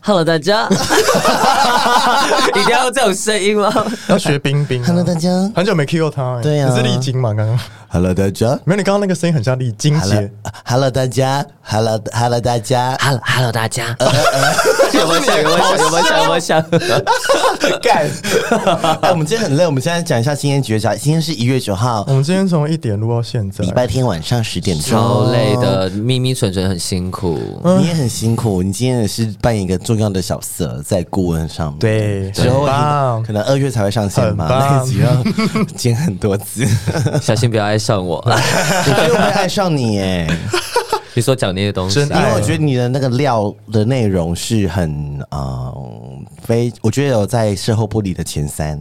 Hello，大家， 一定要用这种声音吗？要学冰冰啊、 Hello 大家很久没 Q 他、欸，对啊你是丽晶嘛？刚刚，Hello 大家没有，你刚刚那个声音很像丽晶姐。 ，Hello 大家，Hello Hello 大家 Hello Hello，大家，有没有想？有没有想？有没有想？有没有想？干！哎，我们今天很累，我们现在讲一下今天几月几号？今天是一月九号，我们今天从一点录到现在礼，拜天晚上十点超钟。累的，咪咪纯纯很辛苦。你也很辛苦，你今天也是扮演一个重要的角色在顾问上面。对之后很棒可能二月才会上线吧，很棒那一集要 剪很 多次。小心不要爱上我。我觉得我会爱上你耶，你说讲那些东西啊真，因爱为我觉得你的那个料的内容是很嗯非，我觉得有在事后不理的前三。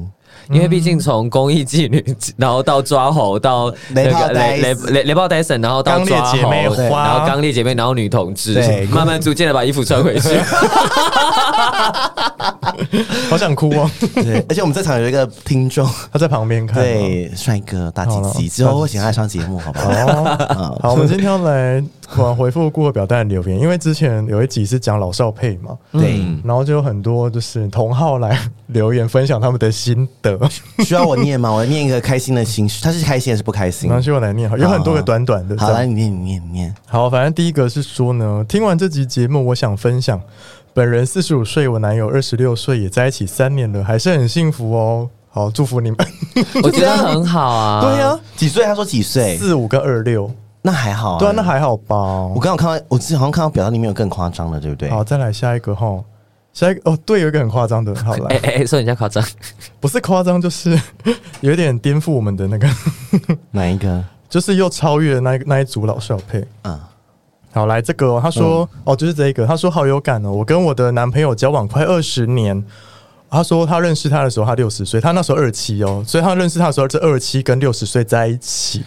因为毕竟从公益妓女，然后到抓猴，到那雷炮个雷 Dyson 雷雷雷暴戴森，然后到刚烈抓姐猴，妹花对然后刚烈姐妹，然后女同对志，慢慢逐渐的把衣服穿回去。好想哭 哦。对，而且我们在场有一个听众，他在旁边看。，哦对， 帅哥大鸡好了鸡，之后会请他上节目，好不好？ 哦，好，我们今天要来我回复顾客表单的留言，因为之前有一集是讲老少配嘛，对，然后就有很多就是同号来留言分享他们的心得， 需要我念吗？我念一个开心的心事，他是开心还是不开心然？后就我来念好，有很多个短短的。好，这样来你念，你念，你念。好，反正第一个是说呢，听完这集节目，我想分享，本人四十五岁，我男友二十六岁，也在一起三年了，还是很幸福哦。好，祝福你们我觉得很好啊。对呀，几岁？他说几岁？四五跟二六，那还好啊。对啊，那还好吧我。刚刚有看到，我之前好像看到表单里面有更夸张的，对不对？好，再来下一个哈，下一个哦，对，有一个很夸张的，好来哎，哎哎，说人家夸张，不是夸张，就是 有点颠覆我们的那个， 哪一个？就是又超越了那一那一组老少配。嗯，好，来这个哦、他说、哦，就是这一个，他说好有感哦，我跟我的男朋友交往快二十年。他说他认识他的时候他六十岁，他那时候二七哦，所以他认识他的时候这二七跟六十岁在一起。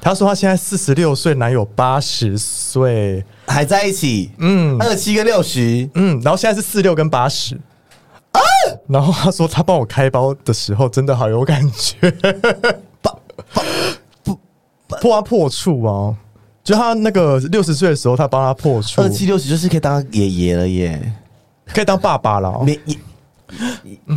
他说他现在四十六岁，男友八十岁，还在一起，嗯二七跟六十，嗯，然后现在是四六跟八十。啊然后他说他帮我开包的时候真的好有感觉，破他破处哦、就他那个六十岁的时候，他帮他破处二，七六十就是可以当爷爷了耶。可以当爸爸了、哦。没也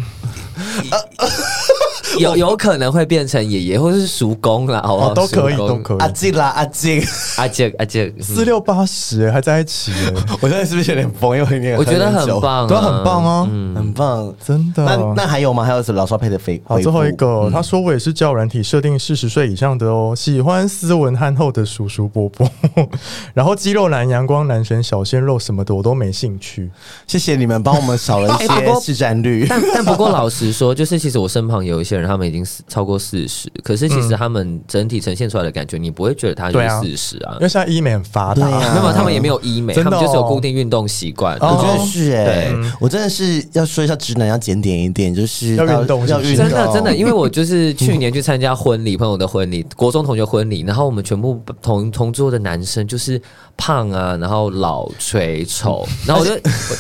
有有可能会变成爷爷或是叔公啦，好不啊好？哦，都可以，叔都公可阿以。静啦，阿静，阿杰阿嗯杰，四六八十欸还在一起欸， 我现在是不是有点疯？因为你也我觉得喝很酒，棒、啊，都很棒哦。很棒。真的。嗯那那还有吗？还有什么老少配的肥？好，回最后一复个，嗯他说我也是教软体设定四十岁以上的哦，喜欢斯文憨厚的叔叔伯伯， 然后肌肉男、阳光男神、小鲜肉什么的我都没兴趣。谢谢你们帮我们少了一 哎不些过市占率。但但不过老实说，就是其实我身旁有一些人，他们已经四超过四十，可是其实他们整体呈现出来的感觉，你不会觉得他嗯对就啊是四十啊因。为现在医美很发达，对啊没有，他们也没有医美，真他的哦们就是有固定运动习惯。我觉哦得是哎，我真的是要说一下，直男要检点一点，就是要运动要是不是运真动，的真的，因为我 就是去年去参加婚礼，朋友的婚礼，国中同学婚礼，然后我们全部同同桌的男生就是胖啊，然后老垂丑，然 后我就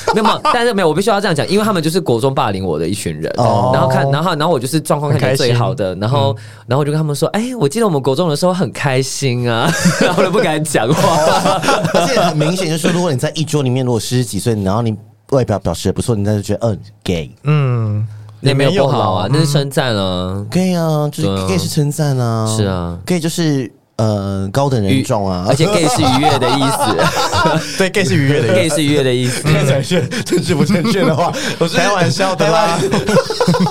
我没有没有，但是没有，我必须要这样讲，因为他们就是国中霸凌我的一群人，哦然后看，然后然后我就是状况看起来最好的，然后然后我就跟他们说，哎，我记得我们国中的时候很开心啊， 然后我都不敢讲话， 而且很明显就是，如果你在一桌里面，如果四十几岁，然后你外表表示得不错，人家就觉得嗯 gay。嗯， 也没有不好啦啊，那是称赞啊，可以啊，就是对啊 gay 是称赞啊，是啊，gay 就是呃高等人种啊，而且 gay 是愉悦的意 思啊对 gay 是愉 悦的，gay 是愉悦的意 思。看起来是政治不正确的话， 我是开玩笑的啦，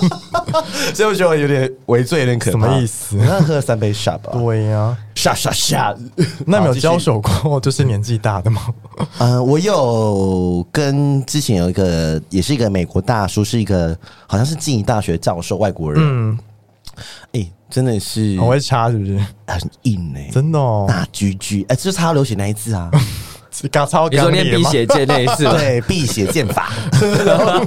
所以我觉得我有点违罪，有点可什怕。么意思那喝了三杯傻吧，对呀、傻傻傻。 那你有交交手？手过就是年纪大的吗？呃，我有跟之前有一个，也是一个美国大叔，是一个好像是静宜大学教授，外国人。嗯，哎、真的嗯是很会插是不是？很硬哎、真的哦，大居居，哎、就是他流血那一次啊。嘎超你说刚练烈辟吗？邪剑那一次吗？对，辟邪剑 法。然后，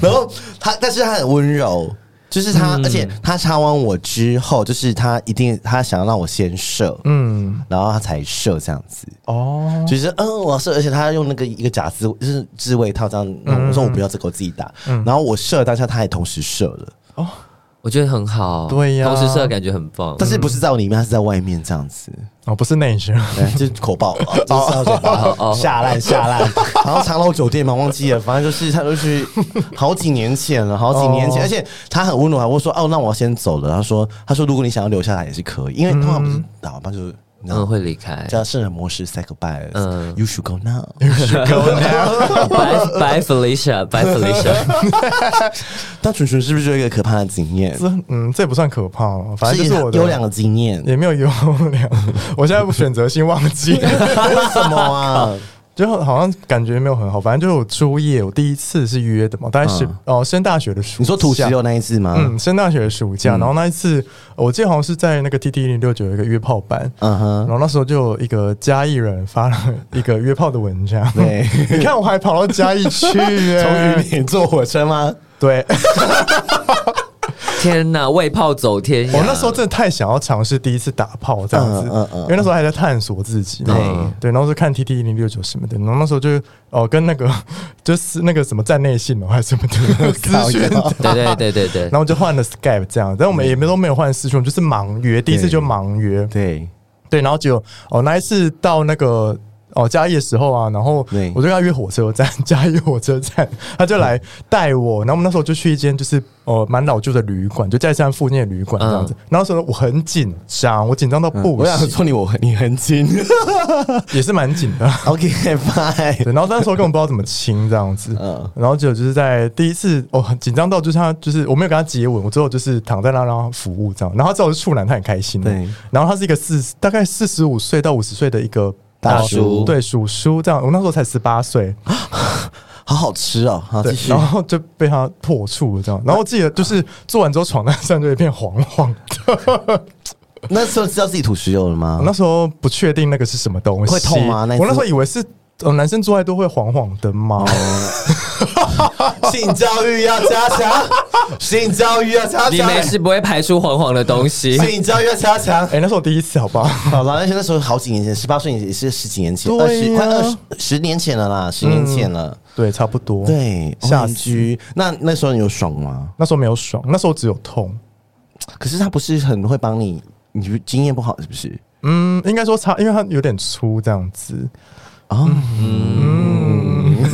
然后他，但是他很温柔，就是他，而且他插完我之后，就是他一定他想要让我先射，嗯，然后他才射这样子，哦，就是嗯，我要射，而且他用那个一个假肢就是自卫套这样，我说我不要这个，我自己打，然后我射当下他也同时射了，我觉得很好，对呀同时射感觉很棒。但是不是在我里面，他是在外面这样子，哦，不是内 射，对，就是口爆，哦就是到嘴巴，下烂下烂。 然后长隆酒店嘛，忘记了，反正就是他就是好几年前了，好几年前，哦而且他很温柔，还会说哦，那我要先走了。他说他说如果你想要留下来也是可以，因为通常不嗯是打完就是你知嗯，道会离开。叫圣人模式 say goodbye，嗯嗯，you should go now。 Bye bye Felicia, bye Felicia。 但纯纯是不是有一个可怕的经验？这嗯，这也不算可怕了，反正啊就是我的优良的经验，也没有优良，我现在选择性忘记， 为什么 啊？就好像感觉没有很好，反正就是我初夜，我第一次是约的嘛，大概是、嗯哦升大学的暑假，你说土石流那一次吗？嗯，升大学的暑假，然后那一次我记得好像是在那个 T T 零六九有一个约炮班，嗯然哼，后那时候就有一个嘉义人发了一个约炮的文章，对， 你看我还跑到嘉义去、耶 从云林坐火车吗？对天哪，为炮走天涯。我那时候真的太想要尝试第一次打炮这样子，嗯嗯嗯因为那时候还在探索自己嘛，对，然后是看 T T 一零六九什么的，然后那时候就哦、跟那个 就是那个什么站内信哦还是什么 的靠 资讯腰的，对对对对 对然，后就换了 Skype 这样，但我们也没都没有换私讯，我们就是盲约，第一次就盲约，对，对，然后就哦那一次到那个。哦，嘉义的时候啊，然后对我就跟他约火车站， 嘉义火车站，他就来带我，然后我们那时候就去一间就是哦蛮老旧的旅馆，就在山附近的旅馆这样子。然后那时候我很紧张，我紧张到不嗯我想行，说你我你很 紧也是蛮紧的。 ，OK fine，对，然后那时候根本不知道怎么亲这样子，嗯然后就就是在第一次哦很紧张到就是他就是我没有跟他接吻，我最后就是躺在那让他服务这样，然后他知道我是处男，他很开心，哦对，然后他是一个四大概四十五岁到五十岁的一个大叔对叔叔这样，我那时候才十八岁，好好吃哦，好对继，续然。后就被他破处了这样，然后我记得就是做完之后床单上就一片黄黄啊的，那时候知道自己吐石油了吗我？ 那时候不确定那个是什么东西，会痛吗那一次我那时候以为是。呃，男生做爱都会黄黄的 吗？性教育要加 强，性教育要加你没事不会排出黄黄的 东西。教育要加强。哎、那是我第一次，好不好？好了，而且那时候好几年前，十八岁也是十几年前，对二十呀快二十十年前了啦，十年前了。对，差不多。对，吓哦下居。那那时候你有爽吗？那时候没有爽，那时候只有痛。可是他不是很会帮你，你经验不好是不是？嗯，应该说差，因为它有点粗这样子。嗯哦啊，嗯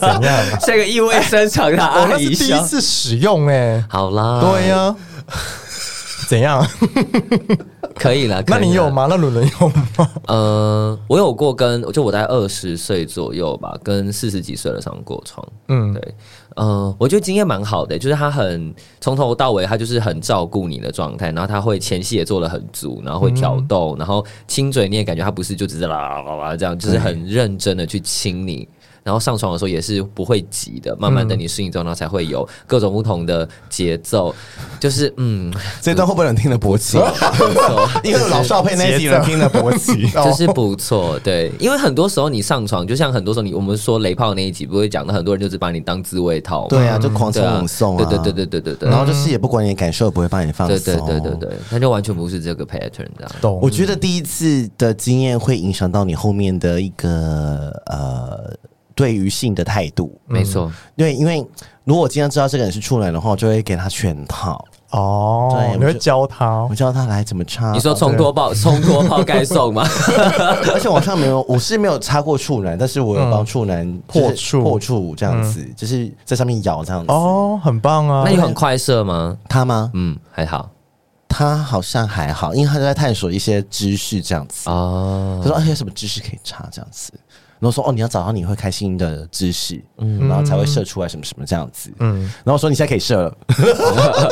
怎样？ 这个意味深长的 我阿那是姨啊第一笑。次使用哎、好啦，对呀、怎 样？可以了。可以那啊了你有？吗？那伦伦有 吗？呃，我有过跟，就我在二十岁左右吧，跟四十几岁的上过床。嗯，对，嗯，我觉得经验蛮好的，就是他很从头到尾，他就是很照顾你的状态，然后他会前戏也做的很足，然后会嗯挑逗，然后亲嘴你也感觉他不是就只是啦啦啦啦这样，就是很认真的去亲你。然后上床的时候也是不会急的，慢慢等嗯你适应之后，然后才会有各种不同的节奏，就是嗯，这段会不会有人听得勃起？不错 因为老少配那一集有人听得勃 起。就是不错，对，因为很多时候你上床，就像很多时候你我们说雷炮那一集不会讲的，很多人就是把你当自慰套嘛，对啊，就狂抽对啊猛送啊，对对对对对对对，然后就是也不管你的感受，也不会帮你放松。对对对对。对，他就完全不是这个 pattern 这样。懂。我觉得第一次的经验会影响到你后面的一个呃对于性的态度，没错，对，因为如果我今天知道这个人是处男的话，我就会给他全套，哦对，你我会就教他我哦教他来怎么插。你说冲脱炮，冲脱炮该送吗？ 而且网上没有，我是没有插过处男，但是我有帮处男就嗯是破处嗯破处这样子，就是在上面咬这样子。哦，很棒啊那！你很快射吗？他吗？嗯，还好他好像还好，因为他就在探索一些知识这样子。哦他。说：“哎、有什么知识可以查这样子？”然后说：“哦，你要找到你会开心的知识，嗯，然后才会射出来什么什么这样子。”嗯，然后我说：“你现在可以射了。”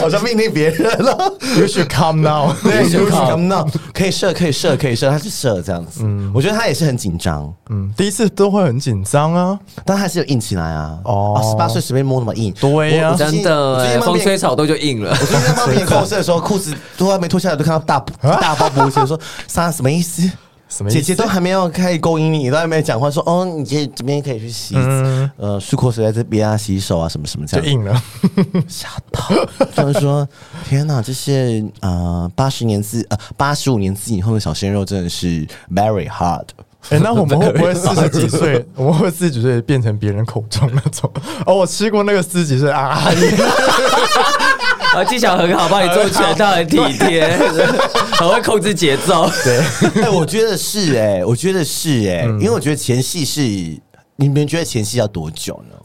好像命令别人了。 You should come now。对， You 就 should 是 come 什么呢？可以射，可以射，可以射，他去射这样子。嗯，我觉得他也是很紧张，嗯，第一次都会很紧张啊。但还是有硬起来啊。哦哦，啊十八岁随便摸那么硬，对呀我我最真近的我最欸，近帮风别吹人草动就硬了。我最近在帮别人扣射的时候，裤子都还没脱下来，都看到大大包勃起，我说啥什么意思？啊什么意思姐姐都还没有开始勾引你，都还没讲话说哦，你这这边可以去洗，嗯呃，漱口水在这边啊，洗手啊，什么什么这就样。硬了，吓到，就是说天哪，这些呃八十年自呃八十五年自己以后的小鲜肉真的是 very hard。 哎、那我们会不会四十几岁，我们会四十几岁变成别人口中那种？哦，我吃过那个四十几岁啊，阿姨 啊，技巧很好，帮你做全套，很体贴，很会控制节奏。对， 嗯哎、我觉得是哎、我觉得是哎、因为我觉得前戏是，你们觉得前戏要多久呢？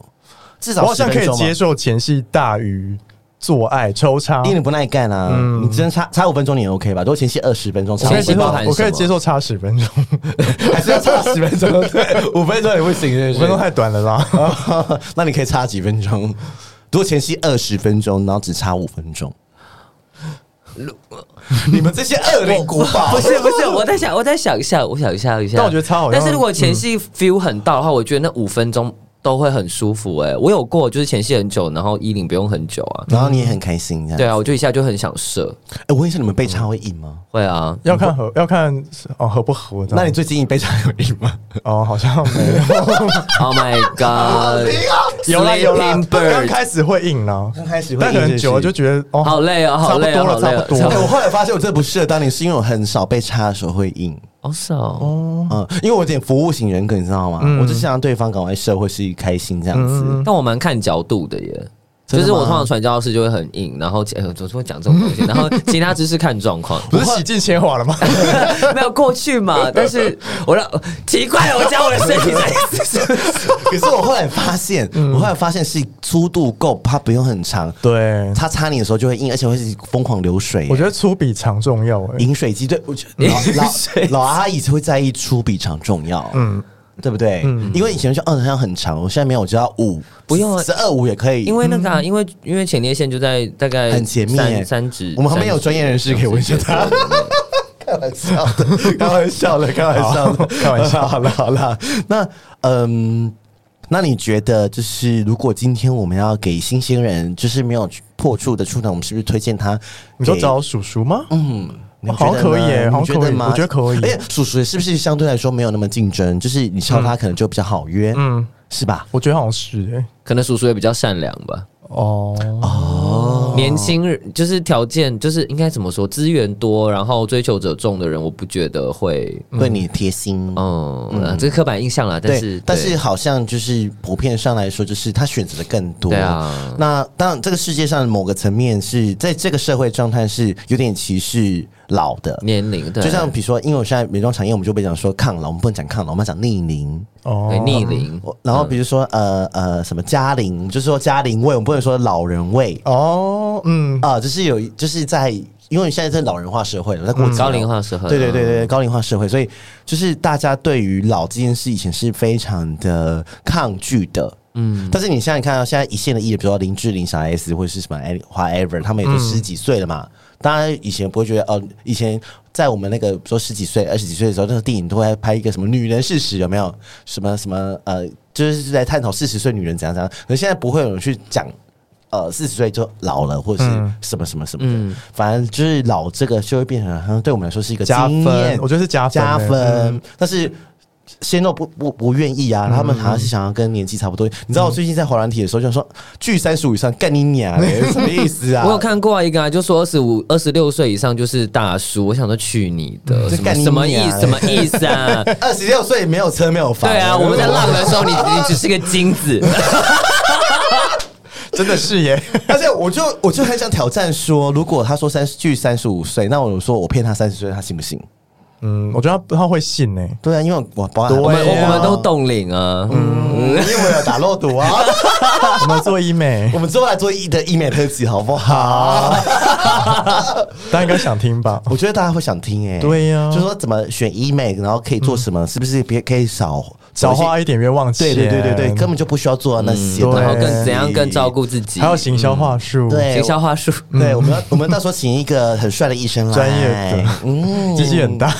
至我少好像10可以分钟吗接受前戏大于做爱抽插因。为你不耐干啊，你真差差五分钟你也 OK 吧？如果前期二十分钟，差我可以五接受，分包钟含什么我可以接受差十分钟， 还是要差十分 钟，对，五分钟也不行，是五分钟太短了啦。 钟，那你可以差几分钟？如果前期二十分钟，然后只差五分 钟，你们这些恶灵古堡，不是不是，我在想，我在想一下，我想一下一下。但我觉得超好但是用如果前戏 feel 很到的话，我觉得那五分钟都会很舒服、欸。哎，我有过，就是前戏很久，然后衣领不用很久啊。然后你也很开心，这样。对对，啊，我就一下就很想射。哎，我问一下，你们被插会硬吗？会啊，要看合，要看哦合不合。那你最近被插有硬吗？哦好像没有， Oh my god！有啦有啦 Sleeping，bird 刚开始会硬啦，刚开始会但硬可能久了是就不是觉得哦好累哦好累哦差不多了，好累差哦不多差哎不多了。我后来发现我真的不适合当你，是因为我很少被插的时候会硬。好少哦。嗯，因为我有点服务型人格，你知道吗？我就是想让对方赶快社会是开心这样子。但我蛮看角度的耶。真就的吗是我通常传教士就会很硬，然后呃总是会讲这种东 西，然后其他只是看状况，不是洗尽铅华了吗？没有过 去嘛。但是我让奇怪了，我讲我的身体在嗯 可是我后来发现，我后来发现是粗度够，它不用很长， 对，它插你的时候就会硬，而且会是疯狂流水、我觉得粗比长重要哎。饮水机对，我觉得老饮水机老老阿姨会在意粗比长重要，嗯，对不对？因为以前就嗯好像很长，我现在没有，我就要五，不用啊十二五也可以，因为那个、啊，因为因为前列腺就在大概很前面耶三三指，我们旁边有三指专业人士可以问一下他。开玩笑的，开玩笑的， 开玩笑的，好开玩笑好了，好了，那嗯，那你觉得就是如果今天我们要给新鲜人，就是没有破处的处男，我们是不是推荐他？你说找叔叔吗？嗯。你们好像觉得可以耶呢好像你觉得可以吗？我觉得可以而且叔叔是不是相对来说没有那么竞争？就是你敲他可能就比较好约，嗯嗯，是吧？我觉得好像是哎。可能叔叔也比较善良吧。哦，哦年轻人就是条件，就是应该怎么说，资源多，然后追求者众的人，我不觉得会，对你贴心，哦嗯，啊这是刻板印象啦。但是对，但是对好像就是普遍上来说，就是他选择的更多。对啊那当然，这个世界上某个层面是在这个社会状态是有点歧视老的，年龄，对，就像比如说，因为我现在美妆产业，我们就被讲说抗老，我们不能讲抗老，我们要讲逆龄。对哦，逆龄，我然后比如说、呃呃什么嘉龄，就是说嘉龄味，我们不能说老人味哦，嗯，啊、就是有就是在因为现在是老人化社会了，在过嗯高龄化社会，对对对对，高龄化社会，所以就是大家对于老这件事以前是非常的抗拒的。嗯，但是你想想看、啊，现在一线的艺人，比如说林志玲、小 S 或者是什么 any- whatever，他们也都十几岁了嘛。当然，以前不会觉得哦，以前在我们那个比如说十几岁、二十几岁的时候，那个电影都会拍一个什么女人事实有没有？什么什么呃，就是在探讨四十岁女人怎样怎样。可是现在不会有人去讲呃四十岁就老了，或者是什么什么什么的，反正就是老这个就会变成好像对我们来说是一个加经验分，我觉得是加分加欸分，但是。鲜肉不不不愿意啊，他们好像是想要跟年纪差不多。你知道我最近在滑软体的时候，就想说距三十五以上干你娘嘞，什么意思啊？ 我有看过一个啊，就说二十五、二十六岁以上就是大叔，我想说去你的，嗯这什么干你什么意娘欸什么意 思啊？二十六岁没有车没有房，欸对啊，我们在浪的时候，你你只是个 金子，啊真的是耶。而且我就我就很想挑战说，如果他说三十距三十五岁，那我说我骗他三十岁，他信不信？嗯，我觉得他他会信哎。对啊，因为我保安对我们啊我们都冻龄啊，嗯哦因为我有打肉毒啊。我们做医美我，们之后来做一的医美特辑好不好？大家应该想听吧？ 我觉得大家会想听哎、对呀就说怎么选医美，然后可以做什么，是不是别可以嗯少少花一些？嗯一点冤枉钱。对对对对对，根本就不需要做到那些，嗯对然后更怎样更照顾自己，还有行销话术，对行销话术。 对，我们要我们到时候请一个很帅的医生来，专业 的嗯机器很大，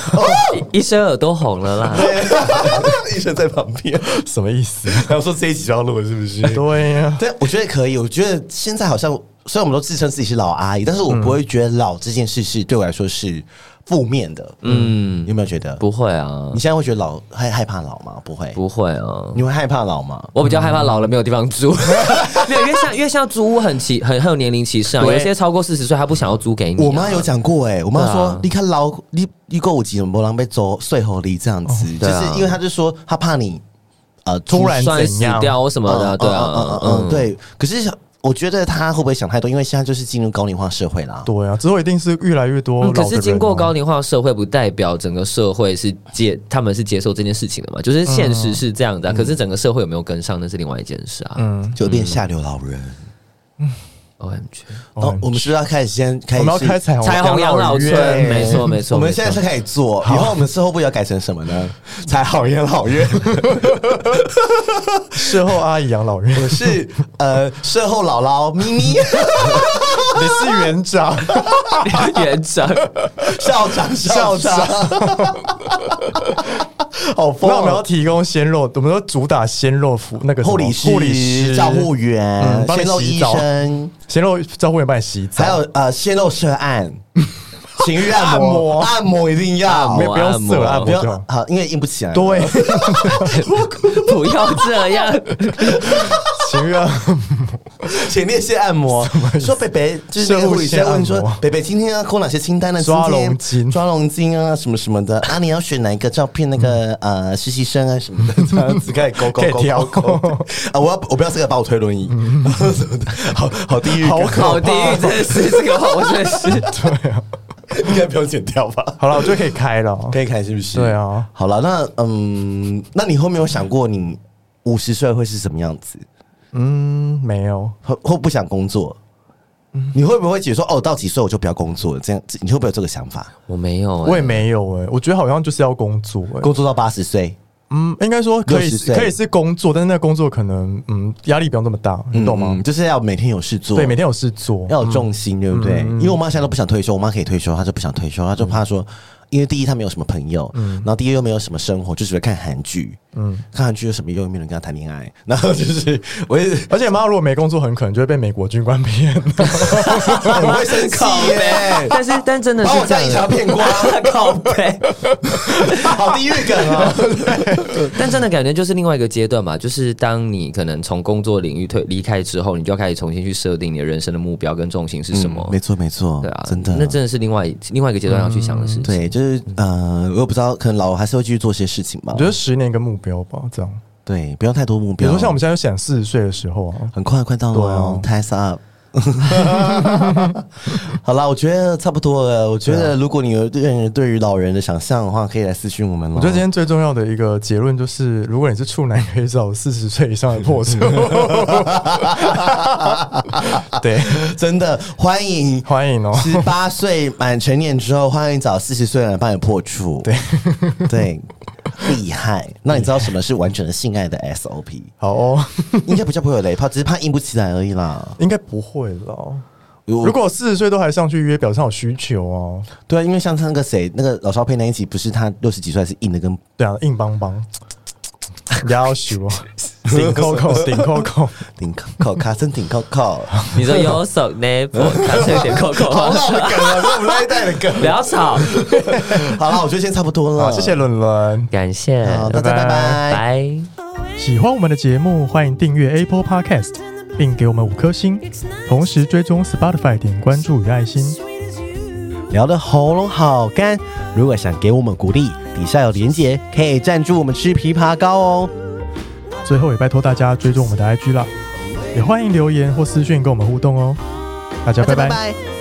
医生耳朵红了啦，医生在旁边，什么意思？然后说这一集就要录了，是不是？对呀，对，我觉得可以。我觉得现在好像虽然我们都自称自己是老阿姨，但是我不会觉得老这件事是对我来说是负面的，嗯，有没有觉得？不会啊你，现在会觉得老害害怕老吗？不会，不会啊。你会害怕老吗？我比较害怕老了没有地方住， 没有，因为像因为像租屋很歧很很有年龄歧视啊，对有些超过四十岁他不想要租给你、啊我妈有，讲过哎、我妈说、嗯对啊你看老你你够五级，我狼狈走碎喉里这样子，就对是啊因为她就说她怕你呃突然算怎死样？掉或什么的啊，对啊，嗯嗯，对。可是我觉得她会不会想太多？因为现在就是进入高龄化社会啦。对啊，之后一定是越来越多嗯老的可人啊、是经过高龄化社会，不代表整个社会是接他们是接受这件事情的嘛？就是现实是这样的啊、可是整个社会有没有跟上，那是另外一件事啊。嗯，就变下流老人。 O M G，哦，我们是不是要开始先开始？我们要开彩虹彩虹养老村院，没错没错。我们没错现在是可以做，以后我们事后不要改成什么 呢？才好言好院， 事后阿姨养老院，我 是呃事后姥姥咪咪 你是园 长，园长，校长校长，好疯那我们要哦！提供鲜肉，我们都主打鲜肉服那个什么护理护理师、师、照护员嗯、帮你鲜肉洗医澡生，鲜肉照护员帮你洗澡，还有呃鲜肉涉 案、情欲按按摩、摩按摩一定要没有不用按摩色按不摩要就好。好，因为硬不起来。对， 不要这样。情欲按摩前列腺按摩，说北北就是那个护理师在问说射护线按摩，北北今天要抠哪些清单呢？抓今天龙筋抓龙筋啊，什么什 么的啊，你要选哪一个照片？那个嗯呃实习生啊什么 的，这样子开始勾勾可以 勾挑勾勾啊！我要我不要这个把我推轮椅，什么的， 好好地狱感，嗯好好地狱，真的是这个，我真的是。对啊， 应该不用剪掉吧？好了，我就可以开 了哦。可以看是不是？对啊，好了，那嗯，那你后面有想过你五十岁会是什么样子？嗯，没有，会会不想工作？你会不会觉得说哦，到几岁我就不要工作了？这样子你会不会有这个想法？我没有、欸，我也没有哎，我觉得好像就是要工作哎。工作到八十岁，嗯，应该说可以60岁可以是工作，但是那个工作可能嗯压力不用这么大，你懂吗嗯？就是要每天有嗯事做，对，每天有事做，要有重心，对不对？因为我妈现在都不想退休，我妈可以退休，她就不想退休，她就怕说，因为第一她没有什么朋友，然后第二又没有什么生活，就只会看韩剧，嗯，看韩剧有什么用？又没有人跟她谈恋爱， 然后就是我也是而且妈如果没工作，很可能就会被美国军官 骗。很会生气耶。但是但真的是把我这家样啊一条的，骗 光， 靠背。好地狱梗啊！ 但真的感觉就是另外一个阶段嘛，就是当你可能从工作领域退离开之后，你就要开始重新去设定你的人生的目标跟重心是什么。嗯没错没错，对啊，真的，嗯那真的是另外另外一个阶段要去想的事情。对，就是呃，我也不知道，可能老了还是会继续做些事情吧我觉。得十年一个目标吧，这样。对，不用太多目比标。如说像我们现在就想四十岁的时候啊，很快快到了哦，ties up。好啦，我觉得差不多了。我觉得如果你有对对于老人的想象的话，可以来私讯我们了。我觉得今天最重要的一个结论就是，如果你是处男，可以找四十岁以上的破处。对， 真的欢迎欢迎哦。十八岁满成年之后，欢迎找四十岁的人帮你破处。对 对，厉害。那你知道什么是完整的性爱的 SOP？好哦，应该比较不会有雷炮，只是怕硬不起来而已啦。应该不会啦。如如果四十岁都还上去约，表示他有需求哦。对啊，因为像那个谁，那个老少配那一集，不是他六十几岁还是硬的跟对啊，硬邦邦，要求顶扣扣， 顶扣扣，顶扣扣，卡森顶扣 扣。你说有手 never，他是有点扣扣好老的梗啊，是我们那一代的梗。不要吵，好了，我觉得今天差不多好，了，谢谢。伦伦。感谢，好，大家拜拜拜。拜。喜欢我们的节目，欢迎订阅 Apple Podcast，并给我们五颗星，同时追踪 Spotify 点关注与爱心。聊的喉咙好干，如果想给我们鼓励，底下有连结，可以赞助我们吃枇杷膏哦。最后也拜托大家追踪我们的 IG 啦，也欢迎留言或私讯跟我们互动哦。大家大家拜拜拜。